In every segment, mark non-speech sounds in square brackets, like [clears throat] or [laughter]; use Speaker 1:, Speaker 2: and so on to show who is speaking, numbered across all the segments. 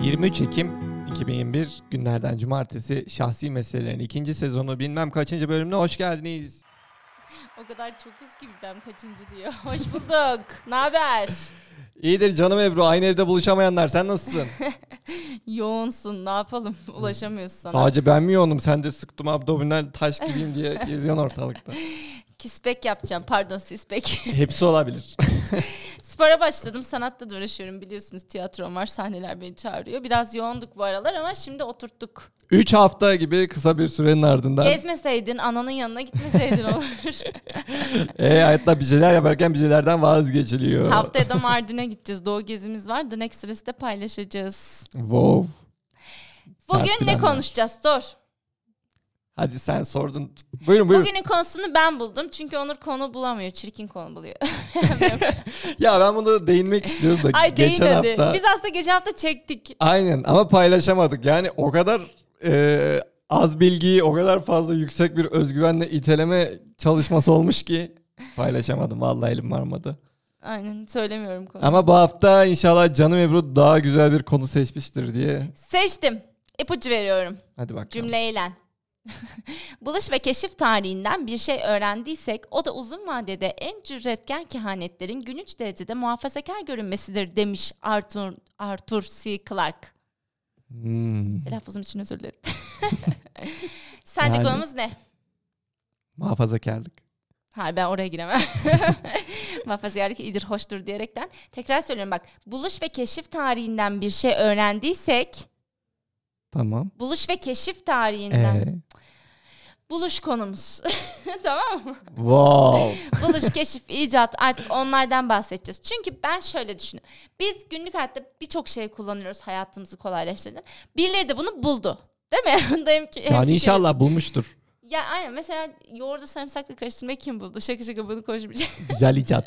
Speaker 1: 23 Ekim 2021 günlerden cumartesi şahsi meselelerin ikinci sezonu bilmem kaçıncı bölümüne hoş geldiniz.
Speaker 2: O kadar çokuz ki bilmem kaçıncı diyor. [laughs] Hoş bulduk. ne haber?
Speaker 1: İyidir canım Ebru aynı evde buluşamayanlar sen nasılsın?
Speaker 2: Yoğunsun ne yapalım? [laughs] Ulaşamıyoruz
Speaker 1: [laughs]
Speaker 2: sana.
Speaker 1: Sadece ben mi yoğunum sen de sıktım abdominal taş gibiyim [laughs] diye geziyorsun ortalıkta.
Speaker 2: Kispek yapacağım. Pardon sispek. [laughs]
Speaker 1: Hepsi olabilir. [laughs]
Speaker 2: Spora başladım. Sanatla da uğraşıyorum biliyorsunuz. Tiyatrom var. Sahneler beni çağırıyor. Biraz yoğunduk bu aralar ama şimdi oturttuk.
Speaker 1: 3 hafta gibi kısa bir sürenin ardından
Speaker 2: Gezmeseydin, ananın yanına gitmeseydin olur. [laughs]
Speaker 1: e, hayatta bir şeyler yaparken bir şeylerden vazgeçiliyor.
Speaker 2: Haftaya da Mardin'e gideceğiz. Doğu gezimiz var. The Next Reels'te paylaşacağız.
Speaker 1: Wow. Sert
Speaker 2: Bugün ne
Speaker 1: planlar.
Speaker 2: konuşacağız? Sor.
Speaker 1: Hadi sen sordun. Buyurun buyurun.
Speaker 2: Bugünün konusunu ben buldum. Çünkü Onur konu bulamıyor. Çirkin konu buluyor.
Speaker 1: Ya ben bunu değinmek istiyorum da
Speaker 2: Ay değil
Speaker 1: geçen
Speaker 2: dedi.
Speaker 1: hafta.
Speaker 2: Biz aslında geçen hafta çektik.
Speaker 1: Aynen ama paylaşamadık. Yani o kadar e, az bilgiyi o kadar fazla yüksek bir özgüvenle iteleme çalışması olmuş ki paylaşamadım. Vallahi elim varmadı.
Speaker 2: Aynen söylemiyorum konuyu.
Speaker 1: Ama bu hafta inşallah canım Ebru daha güzel bir konu seçmiştir diye.
Speaker 2: Seçtim. İpucu veriyorum
Speaker 1: Hadi bakalım.
Speaker 2: cümleyle. [laughs] Buluş ve keşif tarihinden bir şey öğrendiysek o da uzun vadede en cüretkar kehanetlerin günüç derecede muhafazakar görünmesidir demiş Arthur, Arthur C. Clarke.
Speaker 1: Hmm,
Speaker 2: Telaffuzum için özür dilerim. [laughs] Sence
Speaker 1: Yani-
Speaker 2: konumuz ne?
Speaker 1: muhafazakarlık.
Speaker 2: Hayır ben oraya giremem. [laughs] Muhafazakarlık iyidir, hoştur diyerekten. Tekrar söylüyorum bak. Buluş ve keşif tarihinden bir şey öğrendiysek...
Speaker 1: Tamam.
Speaker 2: Buluş ve keşif tarihinden.
Speaker 1: Ee,
Speaker 2: Buluş konumuz. [laughs] tamam mı?
Speaker 1: wow.
Speaker 2: Buluş, keşif, icat artık onlardan bahsedeceğiz. Çünkü ben şöyle düşünüyorum. Biz günlük hayatta birçok şey kullanıyoruz hayatımızı kolaylaştırır. Birileri de bunu buldu. Değil mi? [laughs] Bundayım ki.
Speaker 1: Yani inşallah bulmuştur.
Speaker 2: Ya aynen mesela yoğurdu sarımsakla karıştırmayı kim buldu? Şaka şaka bunu konuşmayacağım. [laughs]
Speaker 1: Güzel icat.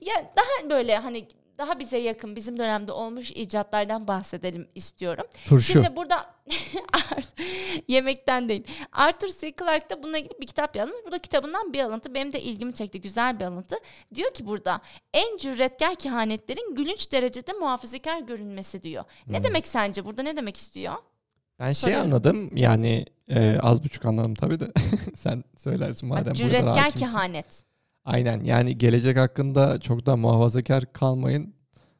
Speaker 2: Ya daha böyle hani daha bize yakın bizim dönemde olmuş icatlardan bahsedelim istiyorum.
Speaker 1: Turşu.
Speaker 2: Şimdi burada [laughs] Art- yemekten değil. Arthur C. Clarke de bununla ilgili bir kitap yazmış. Bu da kitabından bir alıntı. Benim de ilgimi çekti. Güzel bir alıntı. Diyor ki burada en cüretkar kehanetlerin gülünç derecede muhafazakar görünmesi diyor. Ne
Speaker 1: Hmm.
Speaker 2: demek sence? Burada ne demek istiyor?
Speaker 1: Ben şey
Speaker 2: Tabii.
Speaker 1: anladım yani e, az buçuk anladım tabii de [laughs] sen söylersin
Speaker 2: Bak,
Speaker 1: madem burada
Speaker 2: cüretkar
Speaker 1: hakimsin.
Speaker 2: kehanet.
Speaker 1: Aynen yani gelecek hakkında çok da muhafazakar kalmayın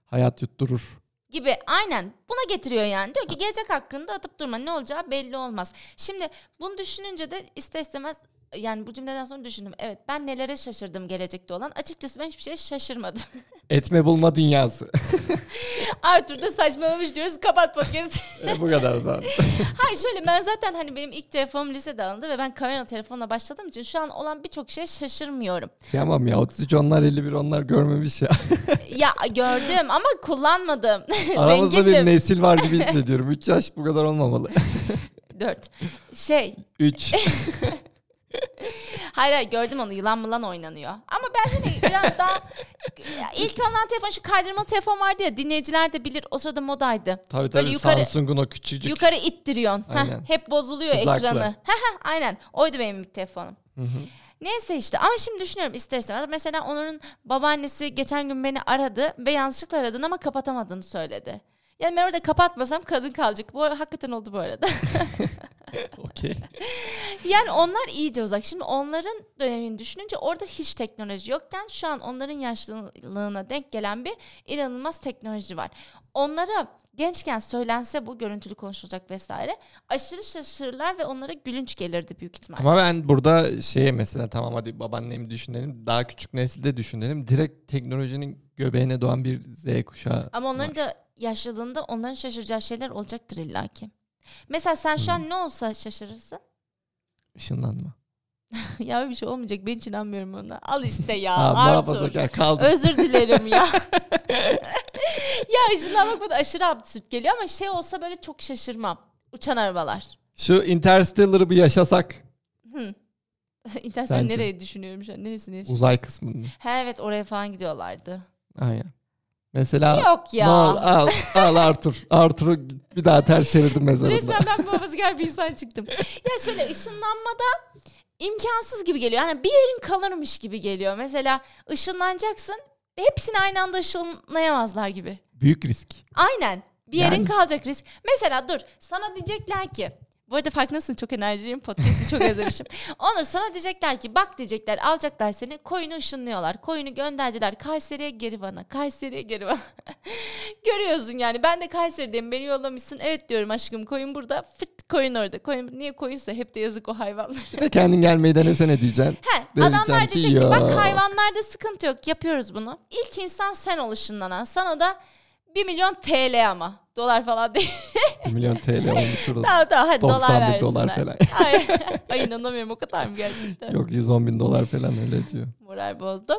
Speaker 1: hayat yutturur.
Speaker 2: gibi aynen buna getiriyor yani. Diyor ki gelecek hakkında atıp durma ne olacağı belli olmaz. Şimdi bunu düşününce de ister istemez yani bu cümleden sonra düşündüm. Evet ben nelere şaşırdım gelecekte olan. Açıkçası ben hiçbir şeye şaşırmadım.
Speaker 1: Etme bulma dünyası. [laughs]
Speaker 2: Arthur da saçmalamış diyoruz kapat [laughs] podcast'i.
Speaker 1: E, Bu kadar zaten.
Speaker 2: Hayır şöyle ben zaten hani benim ilk telefonum lisede alındı ve ben kamera telefonla başladığım için şu an olan birçok şeye şaşırmıyorum.
Speaker 1: Tamam ya 33 onlar 51 onlar görmemiş ya.
Speaker 2: [laughs] ya gördüm ama kullanmadım. [laughs]
Speaker 1: Aramızda bir
Speaker 2: Zengindim.
Speaker 1: nesil var
Speaker 2: [laughs]
Speaker 1: gibi hissediyorum. 3 yaş bu kadar olmamalı.
Speaker 2: Dört. Şey [laughs]
Speaker 1: 3.
Speaker 2: Hayır hayır gördüm onu yılan mılan oynanıyor. Ama ben yine biraz daha Ya ilk alınan telefon şu kaydırmalı telefon vardı ya dinleyiciler de bilir o sırada modaydı.
Speaker 1: Tabii tabii
Speaker 2: Böyle yukarı-
Speaker 1: Samsung'un o küçücük.
Speaker 2: Yukarı ittiriyorsun. Heh,
Speaker 1: Aynen.
Speaker 2: hep bozuluyor
Speaker 1: Kızaklı.
Speaker 2: ekranı. Heh, heh, Aynen oydu benim ilk telefonum. Neyse işte ama şimdi düşünüyorum istersen. Mesela Onur'un babaannesi geçen gün beni aradı ve yanlışlıkla aradın ama kapatamadığını söyledi. Yani ben orada kapatmasam kadın kalacak. Bu ara- hakikaten oldu bu arada.
Speaker 1: [laughs] Okey.
Speaker 2: Yani onlar iyice uzak. Şimdi onların dönemini düşününce orada hiç teknoloji yokken şu an onların yaşlılığına denk gelen bir inanılmaz teknoloji var. Onlara gençken söylense bu görüntülü konuşulacak vesaire aşırı şaşırırlar ve onlara gülünç gelirdi büyük ihtimal.
Speaker 1: Ama ben burada şeye mesela tamam hadi babaannemi düşünelim. Daha küçük nesilde düşünelim. Direkt teknolojinin göbeğine doğan bir Z kuşağı.
Speaker 2: Ama onların da yaşlılığında onların şaşıracağı şeyler olacaktır illaki. Mesela sen şu an ne olsa şaşırırsın.
Speaker 1: Işınlanma.
Speaker 2: [laughs] ya öyle bir şey olmayacak. Ben hiç inanmıyorum ona. Al işte ya.
Speaker 1: Aa,
Speaker 2: Arthur.
Speaker 1: muhafazakar kaldı.
Speaker 2: Özür dilerim ya. ya şundan bak bana aşırı absürt geliyor ama şey olsa böyle çok şaşırmam. Uçan arabalar. [laughs]
Speaker 1: Şu Interstellar'ı bir yaşasak.
Speaker 2: İnternetten
Speaker 1: Bence.
Speaker 2: nereye düşünüyorum şu an? Neresini yaşıyorum?
Speaker 1: Uzay kısmını.
Speaker 2: Ha evet oraya falan gidiyorlardı.
Speaker 1: Aynen. Mesela
Speaker 2: Yok ya.
Speaker 1: Ne ol- al, al Arthur. Arthur'u bir daha ters çevirdim mezarında.
Speaker 2: Resmen ben muhafazakar bir insan çıktım. ya şöyle ışınlanmada imkansız gibi geliyor. Yani bir yerin kalırmış gibi geliyor. Mesela ışınlanacaksın ve hepsini aynı anda ışınlayamazlar gibi.
Speaker 1: Büyük risk.
Speaker 2: Aynen. Bir yerin
Speaker 1: Yani-
Speaker 2: kalacak risk. Mesela dur sana diyecekler ki bu arada farkındasın çok enerjiyim podcast'i çok
Speaker 1: [laughs]
Speaker 2: özlemişim. Onur sana diyecekler ki bak diyecekler alacaklar seni koyunu ışınlıyorlar. Koyunu gönderdiler Kayseri'ye geri bana Kayseri'ye geri bana. [laughs] Görüyorsun yani ben de Kayseri'deyim beni yollamışsın evet diyorum aşkım koyun burada fıt koyun orada. Koyun niye koyunsa hep de yazık o hayvanlar.
Speaker 1: [laughs] Bir de kendin gelmeyi denesene diyeceksin.
Speaker 2: He,
Speaker 1: Diyeceğim
Speaker 2: adamlar
Speaker 1: ki
Speaker 2: diyecek ki bak
Speaker 1: yok."
Speaker 2: hayvanlarda sıkıntı yok yapıyoruz bunu. İlk insan sen ol ışınlanan. Sana da 1 milyon TL ama. Dolar falan değil.
Speaker 1: 1 milyon TL olmuş şurada.
Speaker 2: tamam tamam hadi dolar
Speaker 1: 90 bin
Speaker 2: versinler.
Speaker 1: dolar falan.
Speaker 2: Ay, [laughs] ay inanamıyorum o kadar mı gerçekten?
Speaker 1: Yok 110 bin dolar falan öyle diyor.
Speaker 2: Moral bozdu.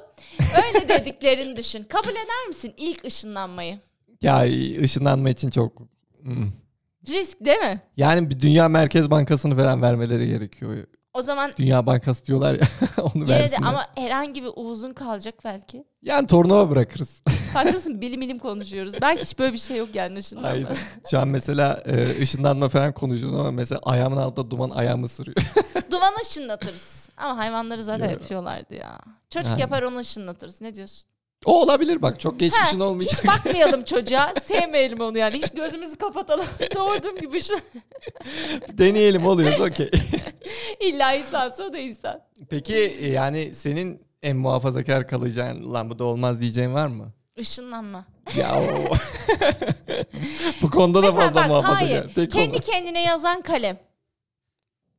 Speaker 2: Öyle dediklerini düşün. Kabul eder misin ilk ışınlanmayı?
Speaker 1: Ya ışınlanma için çok... Hmm.
Speaker 2: Risk değil mi?
Speaker 1: Yani bir Dünya Merkez Bankası'nı falan vermeleri gerekiyor.
Speaker 2: O zaman
Speaker 1: Dünya Bankası diyorlar ya [laughs] onu
Speaker 2: yine de
Speaker 1: versinler.
Speaker 2: ama herhangi bir uzun kalacak belki.
Speaker 1: Yani tornava bırakırız.
Speaker 2: Farkında mısın? Bilim bilim konuşuyoruz. Belki hiç böyle bir şey yok yani ışınlanma.
Speaker 1: Aynen. Şu an mesela e, ışınlanma falan konuşuyoruz ama mesela ayağımın altında duman ayağımı ısırıyor.
Speaker 2: Duman ışınlatırız. Ama hayvanları zaten
Speaker 1: Yok.
Speaker 2: yapıyorlardı ya. Çocuk
Speaker 1: Aynen.
Speaker 2: yapar onu ışınlatırız. Ne diyorsun?
Speaker 1: o olabilir bak çok geçmişin
Speaker 2: Ha,
Speaker 1: şey olmayacak.
Speaker 2: Hiç bakmayalım çocuğa. Sevmeyelim onu yani. Hiç gözümüzü kapatalım. [laughs] Doğurduğum gibi şu.
Speaker 1: [laughs] Deneyelim oluyoruz
Speaker 2: [laughs]
Speaker 1: okey.
Speaker 2: İlla insansa o da insan.
Speaker 1: Peki e, yani senin en muhafazakar kalacağın lan bu da olmaz diyeceğin var mı?
Speaker 2: Işınlanma.
Speaker 1: Ya
Speaker 2: [laughs]
Speaker 1: o. [laughs] bu konuda da
Speaker 2: Mesela
Speaker 1: fazla
Speaker 2: bak
Speaker 1: muhafazakar.
Speaker 2: hayır.
Speaker 1: Tek
Speaker 2: Kendi
Speaker 1: konu.
Speaker 2: kendine yazan kalem.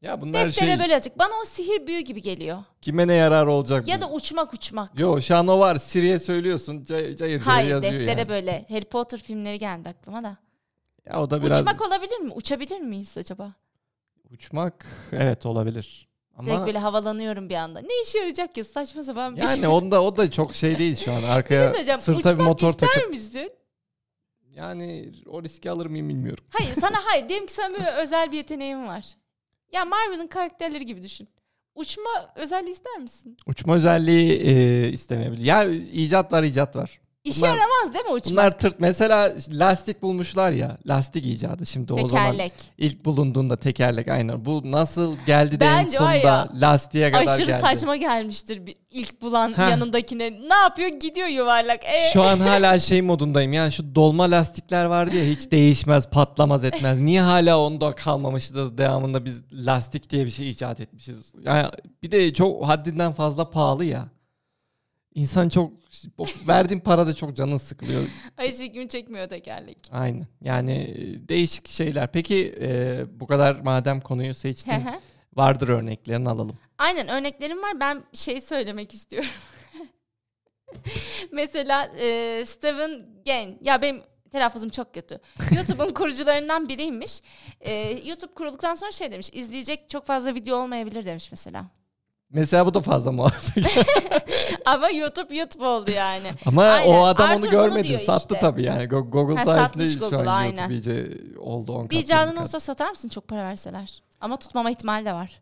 Speaker 1: Ya bunlar
Speaker 2: Deftere
Speaker 1: şey
Speaker 2: böyle yazacak. Bana o sihir büyü gibi geliyor.
Speaker 1: kime ne yarar olacak
Speaker 2: Ya
Speaker 1: bu?
Speaker 2: da uçmak uçmak.
Speaker 1: Yo şu an o var. Siri'ye söylüyorsun. Cayır cayır, cayır
Speaker 2: Hayır
Speaker 1: yazıyor
Speaker 2: deftere
Speaker 1: yani.
Speaker 2: böyle. Harry Potter filmleri geldi aklıma da.
Speaker 1: Ya o da biraz uçmak,
Speaker 2: Uçmak olabilir mi? Uçabilir miyiz acaba?
Speaker 1: evet olabilir.
Speaker 2: Direkt
Speaker 1: Ama
Speaker 2: böyle havalanıyorum bir anda. Ne işe yarayacak ki? Saçma sapan bir şey.
Speaker 1: yani onda o da çok şey değil şu an.
Speaker 2: şey
Speaker 1: Arkaya
Speaker 2: söyleyeceğim.
Speaker 1: sırta bir
Speaker 2: Uçmak
Speaker 1: motor
Speaker 2: ister
Speaker 1: takıp.
Speaker 2: misin?
Speaker 1: Yani o riski alır mıyım bilmiyorum.
Speaker 2: Hayır sana [laughs] hayır. Diyelim ki sana böyle özel bir yeteneğin var. Ya Marvel'ın karakterleri gibi düşün. Uçma özelliği ister misin?
Speaker 1: Uçma özelliği e, istemeyebilir. Ya icat var icat var.
Speaker 2: İşe
Speaker 1: Bunlar-
Speaker 2: yaramaz değil mi uçma?
Speaker 1: Bunlar tırt. Mesela lastik bulmuşlar ya. Lastik icadı şimdi o zaman.
Speaker 2: Tekerlek.
Speaker 1: İlk bulunduğunda tekerlek aynen. Bu nasıl geldi de en
Speaker 2: Bence var ya,
Speaker 1: sonunda lastiğe kadar
Speaker 2: Aşırı
Speaker 1: geldi.
Speaker 2: saçma gelmiştir bir ilk bulan
Speaker 1: Heh.
Speaker 2: yanındakine. Ne yapıyor? Gidiyor yuvarlak. Ee,
Speaker 1: Şu an hala şey modundayım yani şu dolma lastikler vardı ya hiç değişmez patlamaz etmez. Niye hala onda kalmamışız devamında biz lastik diye bir şey icat etmişiz. Yani bir de çok haddinden fazla pahalı ya. İnsan çok verdiğin parada çok canın sıkılıyor.
Speaker 2: Ay çekimi çekmiyor tekerlek.
Speaker 1: Aynen yani e, değişik şeyler. Peki e, bu kadar madem konuyu
Speaker 2: Hı [laughs]
Speaker 1: seçtin
Speaker 2: hı.
Speaker 1: vardır örneklerini alalım.
Speaker 2: Aynen örneklerim var. Ben şey söylemek istiyorum. [laughs] Mesela e, Steven Gain. Ya benim telaffuzum çok kötü.
Speaker 1: [laughs]
Speaker 2: YouTube'un kurucularından biriymiş. E, YouTube kurulduktan sonra şey demiş. İzleyecek çok fazla video olmayabilir demiş mesela.
Speaker 1: Mesela bu da fazla muhafaza.
Speaker 2: [laughs] Ama YouTube YouTube oldu yani.
Speaker 1: [laughs] Ama
Speaker 2: Aynen,
Speaker 1: o adam
Speaker 2: Arthur
Speaker 1: onu
Speaker 2: bunu
Speaker 1: görmedi.
Speaker 2: diyor
Speaker 1: Sattı
Speaker 2: işte.
Speaker 1: tabii yani. Go- Google
Speaker 2: Ha,
Speaker 1: sayesinde
Speaker 2: satmış
Speaker 1: şu
Speaker 2: Google,
Speaker 1: an
Speaker 2: aynen.
Speaker 1: YouTube iyice oldu 10 kat.
Speaker 2: Bir
Speaker 1: 20
Speaker 2: icadın
Speaker 1: kat.
Speaker 2: olsa satar mısın çok para verseler? Ama tutmama ihtimali de var.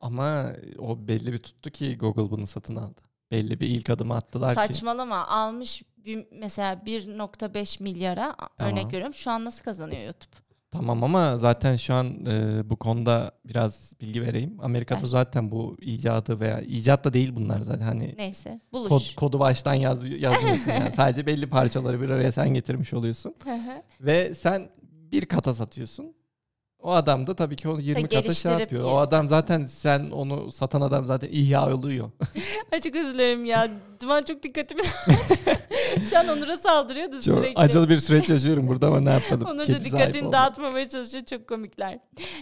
Speaker 1: Ama o belli bir tuttu ki Google bunu satın aldı. Belli bir ilk adımı attılar ki.
Speaker 2: Saçmalama. Almış bir, mesela 1.5 milyara
Speaker 1: Tamam.
Speaker 2: örnek veriyorum. Şu an nasıl kazanıyor YouTube?
Speaker 1: Tamam ama zaten şu an e, bu konuda biraz bilgi vereyim. Amerika'da
Speaker 2: Ver.
Speaker 1: zaten bu icadı veya icat da değil bunlar zaten. Hani
Speaker 2: Neyse. Buluş. [laughs]
Speaker 1: kod- kodu baştan yaz, yazmıyorsun yani. Sadece belli parçaları bir araya sen getirmiş oluyorsun.
Speaker 2: Hı hı.
Speaker 1: Ve sen bir kata satıyorsun. O adam da tabii ki onu 20 kata şey
Speaker 2: geliştirip
Speaker 1: yapıyor.
Speaker 2: yirmi
Speaker 1: O adam zaten sen onu satan adam zaten ihya oluyor.
Speaker 2: [laughs] Ay çok özür dilerim ya. Duman çok dikkatimi [laughs] Şu an Onur'a saldırıyordu
Speaker 1: Çok
Speaker 2: sürekli.
Speaker 1: acılı bir süreç yaşıyorum burada ama ne yapalım.
Speaker 2: Onur da
Speaker 1: Kedi sahibi
Speaker 2: dikkatini
Speaker 1: oldum.
Speaker 2: dağıtmamaya çalışıyor. Çok komikler.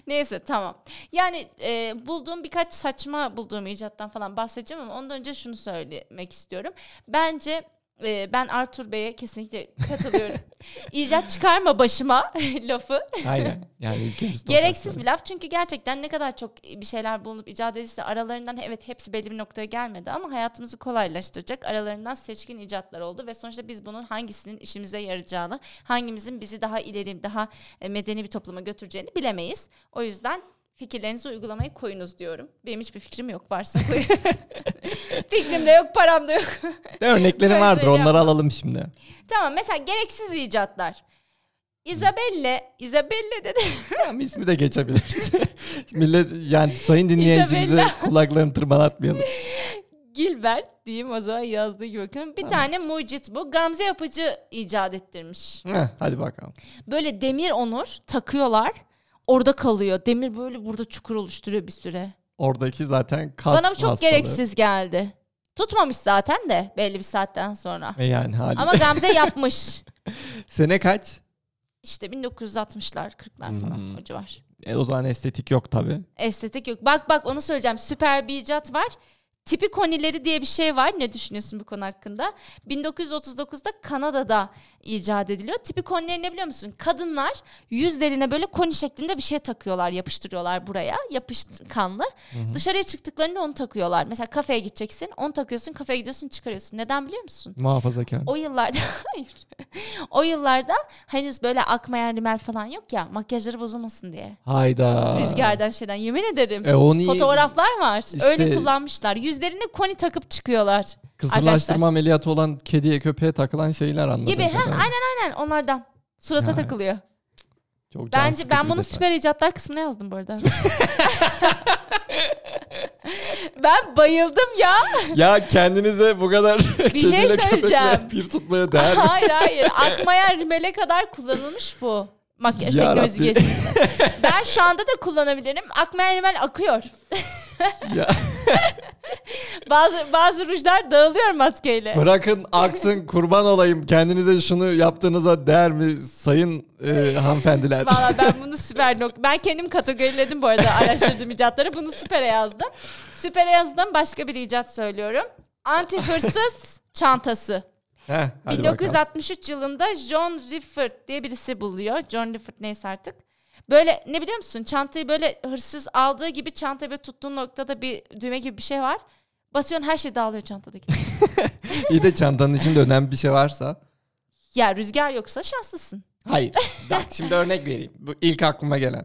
Speaker 2: Neyse tamam. Yani e, bulduğum birkaç saçma bulduğum icattan falan bahsedeceğim ama ondan önce şunu söylemek istiyorum. Bence e, ben Arthur Bey'e kesinlikle katılıyorum.
Speaker 1: [laughs]
Speaker 2: İcat çıkarma başıma [laughs] lafı.
Speaker 1: [laughs] Aynen. Yani
Speaker 2: [laughs]
Speaker 1: ülkemiz
Speaker 2: Gereksiz bir laf çünkü gerçekten ne kadar çok bir şeyler bulunup icat edilse aralarından evet hepsi belli bir noktaya gelmedi ama hayatımızı kolaylaştıracak aralarından seçkin icatlar oldu ve sonuçta biz bunun hangisinin işimize yarayacağını, hangimizin bizi daha ileri, daha e, medeni bir topluma götüreceğini bilemeyiz. O yüzden fikirlerinizi uygulamaya koyunuz diyorum. Benim hiçbir fikrim yok varsa koyun. [laughs] Fikrim de yok, param da yok.
Speaker 1: De örneklerim
Speaker 2: [laughs] Böyle
Speaker 1: vardır.
Speaker 2: şeyler
Speaker 1: Onları alalım şimdi.
Speaker 2: Tamam mesela gereksiz icatlar. Isabelle, Isabelle dedi.
Speaker 1: Tamam ismi de [laughs]
Speaker 2: [laughs]
Speaker 1: geçebilir. Millet yani sayın dinleyicimize
Speaker 2: İsabella. [laughs]
Speaker 1: kulaklarını tırmalatmayalım.
Speaker 2: Gilbert diyeyim o zaman yazdığı gibi bakın. Bir tane mucit bu. Gamze yapıcı icat ettirmiş.
Speaker 1: Heh, hadi bakalım.
Speaker 2: Böyle demir onur takıyorlar. Orada kalıyor. Demir böyle burada çukur oluşturuyor bir süre.
Speaker 1: Oradaki zaten kas
Speaker 2: Bana çok
Speaker 1: hastalığı.
Speaker 2: gereksiz geldi. Tutmamış zaten de belli bir saatten sonra.
Speaker 1: E yani hali.
Speaker 2: Ama Gamze yapmış.
Speaker 1: [laughs] Sene kaç?
Speaker 2: İşte 1960'lar 40'lar falan
Speaker 1: Hmm.
Speaker 2: o civar.
Speaker 1: E, o zaman estetik yok tabi.
Speaker 2: Estetik yok. Bak bak onu söyleyeceğim. Süper bir icat var. Tipi konileri diye bir şey var. Ne düşünüyorsun bu konu hakkında? 1939'da Kanada'da icat ediliyor. Tipi konileri ne biliyor musun? Kadınlar yüzlerine böyle koni şeklinde bir şey takıyorlar, yapıştırıyorlar buraya. Yapışkanlı. Dışarıya çıktıklarında onu takıyorlar. Mesela kafeye gideceksin, onu takıyorsun, kafeye gidiyorsun, çıkarıyorsun. Neden biliyor musun?
Speaker 1: Muhafazakar.
Speaker 2: O yıllarda [laughs] hayır. o yıllarda henüz böyle akmayan rimel falan yok ya. Makyajları bozulmasın diye.
Speaker 1: Hayda.
Speaker 2: Rüzgardan şeyden yemin ederim.
Speaker 1: E onu
Speaker 2: Fotoğraflar var.
Speaker 1: İşte-
Speaker 2: Öyle kullanmışlar. Yüzlerine koni takıp çıkıyorlar.
Speaker 1: kısırlaştırma
Speaker 2: Arkadaşlar.
Speaker 1: ameliyatı olan kediye köpeğe takılan şeyler anladım.
Speaker 2: Gibi. Ha, aynen aynen onlardan. Surata
Speaker 1: Ya,
Speaker 2: takılıyor.
Speaker 1: Çok can
Speaker 2: Bence
Speaker 1: sıkıcı
Speaker 2: ben
Speaker 1: bir
Speaker 2: bunu
Speaker 1: detay.
Speaker 2: süper icatlar kısmına yazdım bu arada. [laughs] ben bayıldım ya.
Speaker 1: Ya kendinize bu
Speaker 2: [laughs]
Speaker 1: kadar
Speaker 2: şey
Speaker 1: kediyle
Speaker 2: söyleyeceğim.
Speaker 1: köpekle bir tutmaya değer mi?
Speaker 2: hayır hayır. Akmaya rimele kadar kullanılmış bu.
Speaker 1: [laughs]
Speaker 2: Makyaj
Speaker 1: Ya
Speaker 2: teknolojisi
Speaker 1: Rabbi.
Speaker 2: geçti. ben şu anda da kullanabilirim. Akmayan rimel akıyor.
Speaker 1: Ya,
Speaker 2: Bazı bazı rujlar dağılıyor maskeyle.
Speaker 1: bırakın aksın kurban olayım. Kendinize şunu yaptığınıza değer mi sayın e, hanımefendiler?
Speaker 2: Valla ben bunu süper nok. Ben kendim kategoriledim bu arada araştırdığım icatları. Bunu süpere yazdım. Süpere yazdım başka bir icat söylüyorum. Anti hırsız çantası.
Speaker 1: Heh, hadi bakalım.
Speaker 2: 1963 yılında John Rifford diye birisi buluyor. John Rifford neyse artık. Böyle ne biliyor musun? Çantayı böyle hırsız aldığı gibi çantayı böyle tuttuğun noktada bir düğme gibi bir şey var. Basıyorsun her şey dağılıyor çantadaki.
Speaker 1: [laughs] İyi de çantanın içinde önemli bir şey varsa.
Speaker 2: ya rüzgar yoksa şanslısın.
Speaker 1: Hayır. Bak şimdi örnek vereyim. Bu ilk aklıma gelen.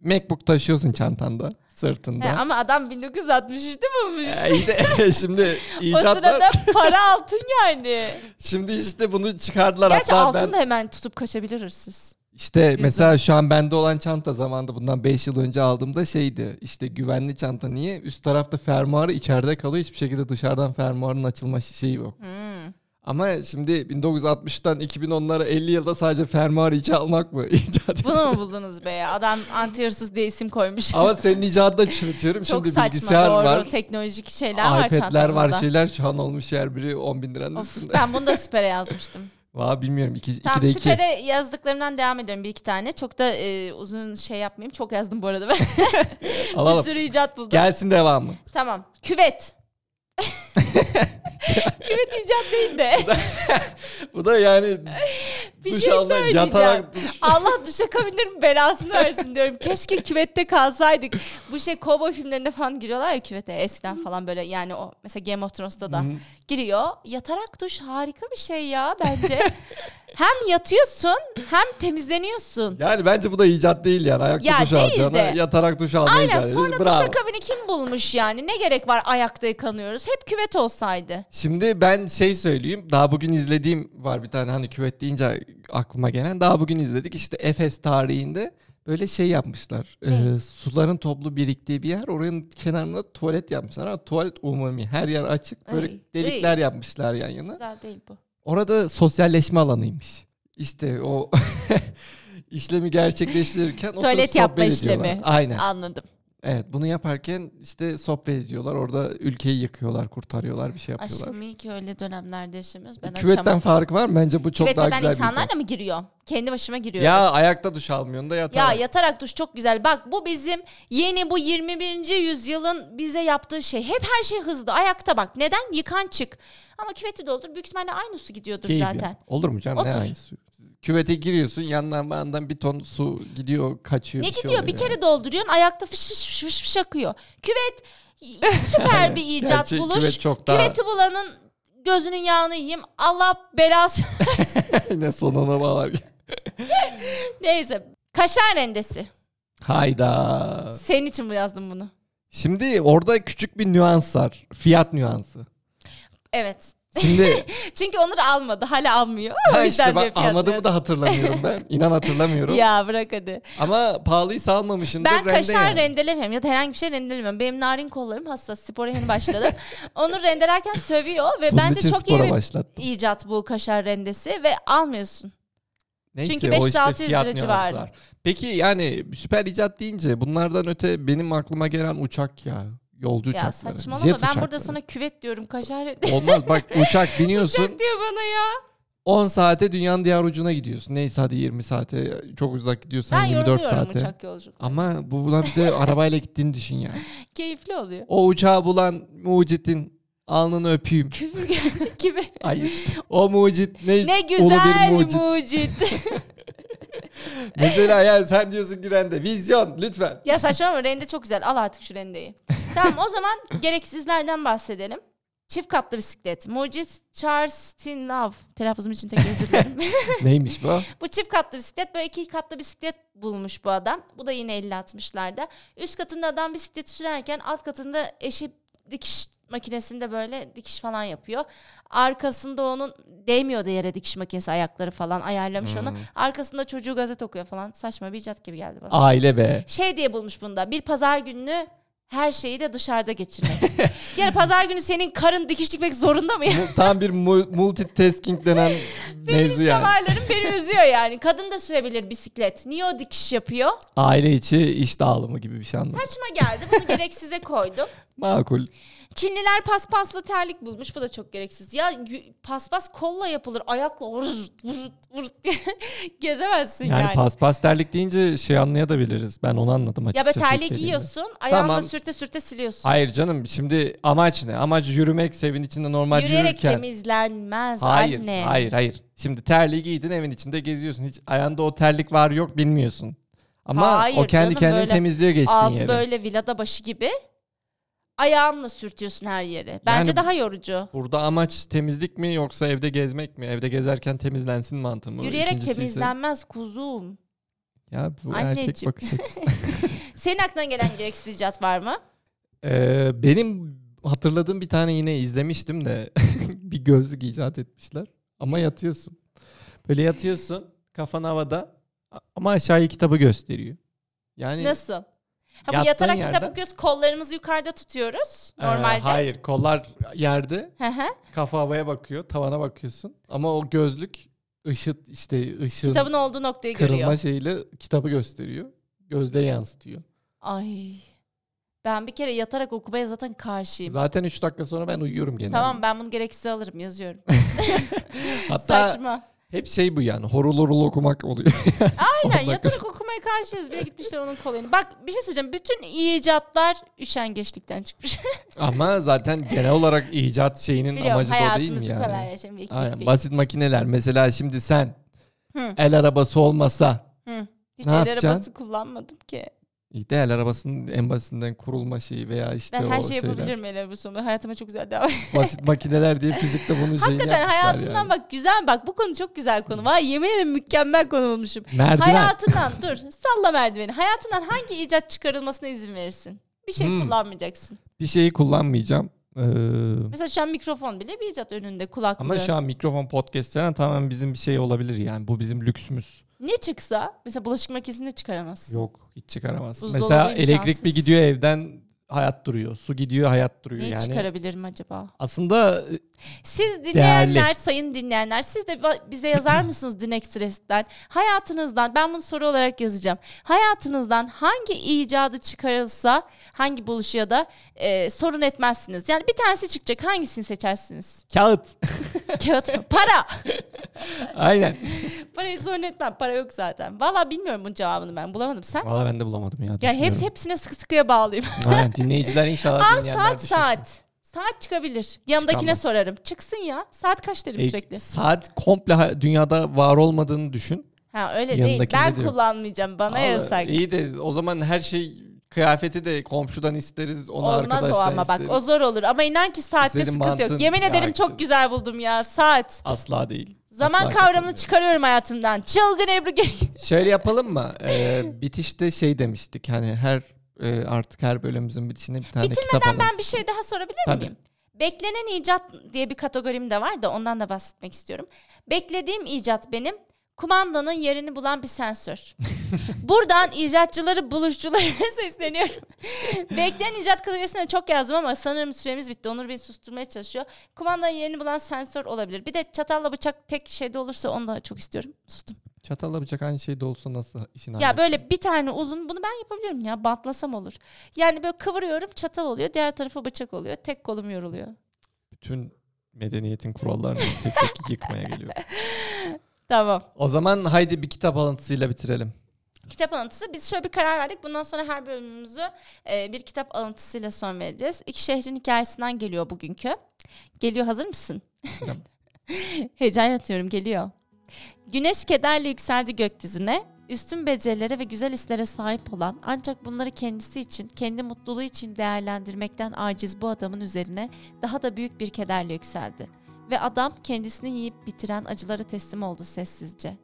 Speaker 1: Macbook taşıyorsun çantanda,
Speaker 2: He,
Speaker 1: sırtında.
Speaker 2: ama adam 1963'te bulmuş.
Speaker 1: Ya iyi de [laughs] şimdi
Speaker 2: O
Speaker 1: icatlar.
Speaker 2: sırada para altın yani.
Speaker 1: Şimdi işte bunu çıkardılar
Speaker 2: Gerçi
Speaker 1: hatta
Speaker 2: altın
Speaker 1: ben.
Speaker 2: da hemen tutup kaçabilir hırsız.
Speaker 1: İşte mesela şu an bende olan çanta zamanda bundan 5 yıl önce aldığımda şeydi. İşte güvenli çanta niye? Üst tarafta fermuarı içeride kalıyor. Hiçbir şekilde dışarıdan fermuarın açılma şeyi yok.
Speaker 2: Hmm.
Speaker 1: Ama şimdi 1960'tan 2010'lara 50 yılda sadece fermuarı içe almak mı [laughs] icat?
Speaker 2: Bunu mu buldunuz be ya? Adam anti hırsız diye isim koymuş. [laughs]
Speaker 1: Ama senin icadını da çürütüyorum.
Speaker 2: Çok
Speaker 1: şimdi
Speaker 2: saçma
Speaker 1: bilgisayar
Speaker 2: doğru
Speaker 1: var.
Speaker 2: teknolojik şeyler var
Speaker 1: iPad'ler
Speaker 2: çantamızda.
Speaker 1: var şey- şeyler şu an olmuş yer biri 10 bin liranın
Speaker 2: Of,
Speaker 1: üstünde. [laughs]
Speaker 2: ben bunu da süpere yazmıştım.
Speaker 1: Valla bilmiyorum 2'de 2.
Speaker 2: Tamam süpere yazdıklarımdan devam ediyorum bir iki tane. Çok da e, uzun şey yapmayayım. Çok yazdım bu arada ben. [laughs] bir
Speaker 1: Alalım.
Speaker 2: sürü icat buldum.
Speaker 1: Gelsin devamı.
Speaker 2: Tamam.
Speaker 1: [laughs]
Speaker 2: Küvet. [laughs] küvet icat değil de.
Speaker 1: Bu da yani
Speaker 2: [laughs] Bir
Speaker 1: duş
Speaker 2: şey
Speaker 1: alma
Speaker 2: söyleyeceğim.
Speaker 1: yatarak duş.
Speaker 2: Allah duşakabinlerin belasını
Speaker 1: [laughs]
Speaker 2: versin diyorum. Keşke küvette kalsaydık. Bu şey kovboy filmlerinde falan giriyorlar ya küvete eskiden falan böyle yani o mesela Game of Thrones'ta da giriyor. Yatarak duş harika bir şey ya bence. hem yatıyorsun hem temizleniyorsun.
Speaker 1: Yani bence bu da icat değil yani. Ayakta
Speaker 2: Ya
Speaker 1: duş
Speaker 2: değil
Speaker 1: alacağına
Speaker 2: de.
Speaker 1: yatarak duş almayı
Speaker 2: Aynen
Speaker 1: icat ediyoruz.
Speaker 2: sonra
Speaker 1: Bravo.
Speaker 2: duşakabini kim bulmuş yani? Ne gerek var ayakta yıkanıyoruz? Hep küvet olsaydı.
Speaker 1: Şimdi ben şey söyleyeyim. Daha bugün izlediğim var bir tane hani küvet deyince aklıma gelen. Daha bugün izledik. İşte Efes tarihinde böyle şey yapmışlar. Ee, suların toplu biriktiği bir yer. Oranın kenarına tuvalet yapmışlar. Ama tuvalet umumi. Her yer açık. Böyle
Speaker 2: Ay,
Speaker 1: delikler yapmışlar yan yana.
Speaker 2: Güzel değil bu.
Speaker 1: Orada sosyalleşme alanıymış. İşte o [laughs] işlemi gerçekleştirirken oturup
Speaker 2: Tuvalet yapma
Speaker 1: sohbet
Speaker 2: işlemi.
Speaker 1: ediyorlar. Aynen.
Speaker 2: Anladım.
Speaker 1: Evet bunu yaparken işte sohbet ediyorlar. Orada ülkeyi yakıyorlar, kurtarıyorlar, bir şey yapıyorlar.
Speaker 2: Aşkım iyi ki öyle dönemlerde yaşamıyoruz. Ben açamadım.
Speaker 1: E, Küvetten fark var mı? Bence bu çok
Speaker 2: Küvete
Speaker 1: daha
Speaker 2: ben
Speaker 1: güzel bir
Speaker 2: insanlarla
Speaker 1: imkan.
Speaker 2: mı giriyorum? Kendi başıma giriyorum.
Speaker 1: Ya ayakta duş almıyorsun da
Speaker 2: Ya
Speaker 1: yatarak.
Speaker 2: yatarak duş çok güzel. Bak bu bizim yeni bu 21. yüzyılın bize yaptığı şey. Hep her şey hızlı. Ayakta bak. Neden? Yıkan çık. Ama küveti doldur. Büyük ihtimalle aynı su gidiyordur
Speaker 1: Keyif ya.
Speaker 2: zaten.
Speaker 1: Olur mu canım ne
Speaker 2: Otur.
Speaker 1: aynı su? Küvete giriyorsun yandan bandan bir ton su gidiyor kaçıyor.
Speaker 2: Ne
Speaker 1: şey
Speaker 2: gidiyor?
Speaker 1: oluyor
Speaker 2: bir
Speaker 1: yani.
Speaker 2: kere dolduruyorsun. Ayakta fış fış fış fış akıyor.
Speaker 1: [laughs]
Speaker 2: Küvet süper bir icat
Speaker 1: Gerçi
Speaker 2: buluş.
Speaker 1: küvet çok daha- [laughs]
Speaker 2: Küveti bulanın gözünün yağını yiyeyim. Allah belası. [laughs]
Speaker 1: Yine sonuna bağlar.
Speaker 2: Neyse. Kaşar rendesi.
Speaker 1: Hayda.
Speaker 2: Senin için mi yazdım bunu?
Speaker 1: Şimdi orada küçük bir nüans var. Fiyat nüansı.
Speaker 2: Evet. [laughs]
Speaker 1: Şimdi
Speaker 2: Çünkü onları almadı. Hala almıyor. o
Speaker 1: ha
Speaker 2: yüzden
Speaker 1: işte
Speaker 2: de
Speaker 1: bak
Speaker 2: fiyat
Speaker 1: almadığımı
Speaker 2: biraz-
Speaker 1: da hatırlamıyorum ben. İnan hatırlamıyorum.
Speaker 2: [laughs] Ya bırak hadi.
Speaker 1: Ama pahalıysa almamışımdır.
Speaker 2: Ben
Speaker 1: rende
Speaker 2: kaşar
Speaker 1: yani.
Speaker 2: rendelemiyorum ya da herhangi bir şey rendelemiyorum. Benim narin kollarım hassas. Spora yeni başladım. [laughs] Onu rendelerken sövüyor ve
Speaker 1: Bunun
Speaker 2: bence
Speaker 1: için
Speaker 2: çok iyi
Speaker 1: spora
Speaker 2: bir
Speaker 1: başlattım.
Speaker 2: icat bu kaşar rendesi ve almıyorsun.
Speaker 1: Neyse,
Speaker 2: Çünkü
Speaker 1: o
Speaker 2: 500-600
Speaker 1: işte
Speaker 2: lira
Speaker 1: fiyat
Speaker 2: civarı.
Speaker 1: nüansı var. Peki yani süper icat deyince bunlardan öte benim aklıma gelen uçak ya. Yolcu
Speaker 2: ya
Speaker 1: uçakları.
Speaker 2: saçmalama
Speaker 1: jet
Speaker 2: ben burada
Speaker 1: uçakları.
Speaker 2: sana küvet diyorum kaşar [laughs] rendesi.
Speaker 1: Olmaz bak uçak biniyorsun.
Speaker 2: Uçak diyor bana ya.
Speaker 1: 10 saate dünyanın diğer ucuna gidiyorsun. Neyse hadi 20 saate çok uzak gidiyorsan
Speaker 2: Ben
Speaker 1: 24
Speaker 2: yoruluyorum
Speaker 1: saate.
Speaker 2: uçak yolculuğu.
Speaker 1: Ama bu buna bir de arabayla gittiğini düşün yani.
Speaker 2: Keyifli oluyor.
Speaker 1: O uçağı bulan mucidin alnını öpeyim.
Speaker 2: Küfür [laughs]
Speaker 1: [laughs]
Speaker 2: gerçek gibi.
Speaker 1: Hayır. O mucit ne,
Speaker 2: Ne
Speaker 1: ulu
Speaker 2: güzel
Speaker 1: bir mucit.
Speaker 2: mucit. [laughs]
Speaker 1: Mesela yani sen diyorsun ki rende vizyon
Speaker 2: [laughs]
Speaker 1: lütfen.
Speaker 2: ya saçmalama rende çok güzel. Al artık
Speaker 1: [laughs]
Speaker 2: şu rendeyi. tamam o zaman gereksizlerden bahsedelim. Çift katlı bisiklet. Mucit Charles Tin Love. Telaffuzum için tekrar özür dilerim.
Speaker 1: Neymiş bu?
Speaker 2: bu çift katlı bisiklet böyle iki katlı bisiklet bulmuş bu adam. Bu da yine 50-60'larda. Üst katında adam bisikleti sürerken alt katında eşi dikiş makinesinde böyle dikiş falan yapıyor. Arkasında onun değmiyordu yere dikiş makinesi ayakları falan ayarlamış
Speaker 1: Hmm.
Speaker 2: onu. Arkasında çocuğu gazete okuyor falan. Saçma bir icat gibi geldi bana
Speaker 1: Aile be.
Speaker 2: şey diye bulmuş bunda. Bir pazar gününü her şeyi de
Speaker 1: [laughs]
Speaker 2: dışarıda geçirmek. yani pazar günü senin karın dikiş dikmek zorunda mı? ya?
Speaker 1: Bu Tam bir mu- multitasking denen mevzu
Speaker 2: Feminist
Speaker 1: yani.
Speaker 2: damarlarım beni üzüyor yani. Kadın da sürebilir bisiklet. Niye o dikiş yapıyor?
Speaker 1: Aile içi iş dağılımı gibi bir şey anladım.
Speaker 2: Saçma geldi. Bunu gereksize koydum.
Speaker 1: Makul.
Speaker 2: Çinliler paspaslı terlik bulmuş. Bu da çok gereksiz. Ya y- paspas kolla yapılır. Ayakla vırt vırt vırt diye [laughs] gezemezsin
Speaker 1: Yani,
Speaker 2: yani.
Speaker 1: paspas terlik deyince şey anlayabiliriz. Ben onu anladım
Speaker 2: ya be
Speaker 1: açıkçası.
Speaker 2: terliği
Speaker 1: Türkçe deyince.
Speaker 2: giyiyorsun. Ayağınla
Speaker 1: Tamam.
Speaker 2: sürte sürte siliyorsun.
Speaker 1: Hayır canım şimdi amaç ne? Amaç yürümek evin içinde normal
Speaker 2: Yürüyerek
Speaker 1: yürürken.
Speaker 2: temizlenmez
Speaker 1: Hayır,
Speaker 2: anne.
Speaker 1: hayır, hayır. Şimdi terliği giydin evin içinde geziyorsun. Hiç ayağında o terlik var yok bilmiyorsun. Ama
Speaker 2: Hayır
Speaker 1: o kendi
Speaker 2: canım,
Speaker 1: kendini
Speaker 2: böyle
Speaker 1: temizliyor geçtiğin
Speaker 2: altı
Speaker 1: yeri.
Speaker 2: böyle vilada başı gibi ayağınla sürtüyorsun her yeri. Bence
Speaker 1: Yani-
Speaker 2: daha yorucu.
Speaker 1: Burada amaç temizlik mi yoksa evde gezmek mi? Evde gezerken temizlensin mantığı mı?
Speaker 2: Yürüyerek
Speaker 1: İkincisi ise-
Speaker 2: temizlenmez kuzum.
Speaker 1: Ya bu erkek
Speaker 2: Anneciğim.
Speaker 1: bakış açısı.
Speaker 2: Senin aklına gelen gereksiz icat var mı?
Speaker 1: [laughs] Ee, benim hatırladığım bir tane yine izlemiştim de [laughs] bir gözlük icat etmişler. Ama yatıyorsun. Böyle yatıyorsun kafan havada a- ama aşağıya kitabı gösteriyor. Yani
Speaker 2: Nasıl? Ha
Speaker 1: Hani Yattığın
Speaker 2: bu yatarak kitap
Speaker 1: yerden-
Speaker 2: okuyoruz. Kollarımızı yukarıda tutuyoruz
Speaker 1: e,
Speaker 2: normalde.
Speaker 1: hayır kollar yerde
Speaker 2: Hı hı.
Speaker 1: kafa havaya bakıyor tavana bakıyorsun ama o gözlük ışıt işte ışığın
Speaker 2: Kitabın olduğu noktayı
Speaker 1: kırılma
Speaker 2: görüyor.
Speaker 1: şeyiyle kitabı gösteriyor. Gözde yansıtıyor.
Speaker 2: Ay. Ben bir kere yatarak okumaya zaten karşıyım.
Speaker 1: Zaten 3 dakika sonra ben uyuyorum genelde.
Speaker 2: Tamam ben bunu gereksiz alırım yazıyorum.
Speaker 1: Hatta
Speaker 2: Saçma.
Speaker 1: hep şey bu yani horul horul okumak oluyor.
Speaker 2: Aynen
Speaker 1: Ondan
Speaker 2: yatarak okumaya karşıyız. Bir de gitmişler onun kolayını. Bak bir şey söyleyeceğim. Bütün iyi icatlar üşengeçlikten çıkmış.
Speaker 1: Ama zaten genel olarak icat şeyinin
Speaker 2: Biliyorum
Speaker 1: amacı da o değil mi
Speaker 2: hayatımızı
Speaker 1: yani?
Speaker 2: kolaylaşan bir ekmek
Speaker 1: Aynen,
Speaker 2: değil.
Speaker 1: basit makineler. Mesela şimdi sen
Speaker 2: Hı.
Speaker 1: el arabası olmasa
Speaker 2: Hı. Hiç
Speaker 1: Ne
Speaker 2: el
Speaker 1: yapacaksın?
Speaker 2: arabası kullanmadım ki.
Speaker 1: İyi de el arabasının en basitinden kurulma şeyi veya işte
Speaker 2: Ben
Speaker 1: o
Speaker 2: her şeyi
Speaker 1: şeyler.
Speaker 2: yapabilirim el arabası olmadan. Hayatıma çok güzel devam
Speaker 1: [laughs] Basit makineler diye fizikte
Speaker 2: [laughs]
Speaker 1: bunun şeyini
Speaker 2: Hakikaten
Speaker 1: yapmışlar
Speaker 2: hayatından
Speaker 1: yani.
Speaker 2: bak güzel bak. Bu konu çok güzel konu. Vay yemin ederim mükemmel konu olmuşum.
Speaker 1: Merdiven. [laughs]
Speaker 2: Hayatından dur salla merdiveni. Hayatından hangi icat çıkarılmasına izin verirsin? Bir şey
Speaker 1: Hmm.
Speaker 2: kullanmayacaksın.
Speaker 1: Bir şeyi kullanmayacağım. Ee,
Speaker 2: Mesela şu an mikrofon bile bir icat önünde kulaklığı.
Speaker 1: ama şu an mikrofon podcast falan tamamen bizim bir şey olabilir yani. Bu bizim lüksümüz.
Speaker 2: Ne çıksa mesela bulaşık makinesini de çıkaramazsın.
Speaker 1: Yok hiç çıkaramazsın.
Speaker 2: Buzdolabı
Speaker 1: Mesela elektrik bir
Speaker 2: imkansız.
Speaker 1: gidiyor evden hayat duruyor. Su gidiyor hayat duruyor
Speaker 2: Neyi
Speaker 1: yani.
Speaker 2: çıkarabilirim acaba?
Speaker 1: Aslında e,
Speaker 2: Siz dinleyenler, sayın dinleyenler, siz de ba-
Speaker 1: [clears throat]
Speaker 2: bize yazar mısınız Dinek Stres'ten? Hayatınızdan, ben bunu soru olarak yazacağım. Hayatınızdan hangi icadı çıkarılsa, hangi buluşu ya da e, sorun etmezsiniz? Yani bir tanesi çıkacak,
Speaker 1: [laughs]
Speaker 2: hangisini seçersiniz?
Speaker 1: kağıt.
Speaker 2: Kağıt mı? Para!
Speaker 1: Aynen.
Speaker 2: Parayı sorun etmem, para yok zaten. Valla bilmiyorum bunun cevabını ben, bulamadım. Sen?
Speaker 1: Valla ben de bulamadım ya.
Speaker 2: Yani hep,
Speaker 1: düşünüyorum.
Speaker 2: hepsine sıkı sıkıya bağlayayım.
Speaker 1: Aynen, dinleyiciler inşallah
Speaker 2: [laughs] Aa,
Speaker 1: dinleyenler
Speaker 2: saat
Speaker 1: düşünsün.
Speaker 2: saat. Saat çıkabilir. Yanındakine
Speaker 1: Çıkamaz.
Speaker 2: sorarım. Çıksın ya. Saat kaç derim
Speaker 1: E,
Speaker 2: sürekli.
Speaker 1: saat komple ha- dünyada var olmadığını düşün.
Speaker 2: Ha öyle değil.
Speaker 1: Yanındakinde
Speaker 2: Ben
Speaker 1: de yok.
Speaker 2: kullanmayacağım. Bana
Speaker 1: Ama
Speaker 2: yasak.
Speaker 1: İyi de o zaman her şey kıyafeti de komşudan isteriz. Onu
Speaker 2: Olmaz
Speaker 1: arkadaşlar
Speaker 2: o ama bak
Speaker 1: isteriz.
Speaker 2: o zor olur ama inan ki saatte
Speaker 1: Senin
Speaker 2: sıkıntı
Speaker 1: mantığın-
Speaker 2: yok. Yemin
Speaker 1: Ya
Speaker 2: ederim
Speaker 1: işte.
Speaker 2: çok güzel buldum ya saat.
Speaker 1: Asla değil.
Speaker 2: Zaman
Speaker 1: Asla
Speaker 2: kavramını
Speaker 1: katılmıyorum.
Speaker 2: çıkarıyorum hayatımdan. Çılgın Ebru gel.
Speaker 1: Şöyle yapalım mı? Ee, bitişte şey demiştik hani her e, artık her bölümümüzün bitişine bir tane kitap
Speaker 2: Bitirmeden
Speaker 1: alalım.
Speaker 2: ben bir şey daha sorabilir
Speaker 1: Tabii.
Speaker 2: miyim? Beklenen icat diye bir kategorim de var da ondan da bahsetmek istiyorum. Beklediğim icat benim kumandanın yerini bulan bir sensör. Buradan icatçıları, buluşçulara [laughs] sesleniyorum. Bekleyen icat klavyesine çok yazdım ama sanırım süremiz bitti. Onur beni susturmaya çalışıyor. Kumandanın yerini bulan sensör olabilir. Bir de çatalla bıçak tek şeyde olursa onu da çok istiyorum. Sustum.
Speaker 1: Çatalla bıçak aynı şeyde olsa nasıl işin
Speaker 2: Ya böyle bir tane uzun bunu ben yapabilirim ya bantlasam olur. Yani böyle kıvırıyorum çatal oluyor diğer tarafı bıçak oluyor tek kolum yoruluyor.
Speaker 1: Bütün medeniyetin kurallarını tek tek yıkmaya geliyor.
Speaker 2: Tamam.
Speaker 1: O zaman haydi bir kitap alıntısıyla bitirelim.
Speaker 2: Kitap alıntısı. Biz şöyle bir karar verdik. Bundan sonra her bölümümüzü e, bir kitap alıntısıyla son vereceğiz. İki şehrin hikayesinden geliyor bugünkü. Geliyor hazır mısın? [laughs] Heyecan yatıyorum geliyor. Güneş kederle yükseldi gökyüzüne. Üstün becerilere ve güzel hislere sahip olan ancak bunları kendisi için, kendi mutluluğu için değerlendirmekten aciz bu adamın üzerine daha da büyük bir kederle yükseldi. Ve adam kendisini yiyip bitiren acılara teslim oldu sessizce.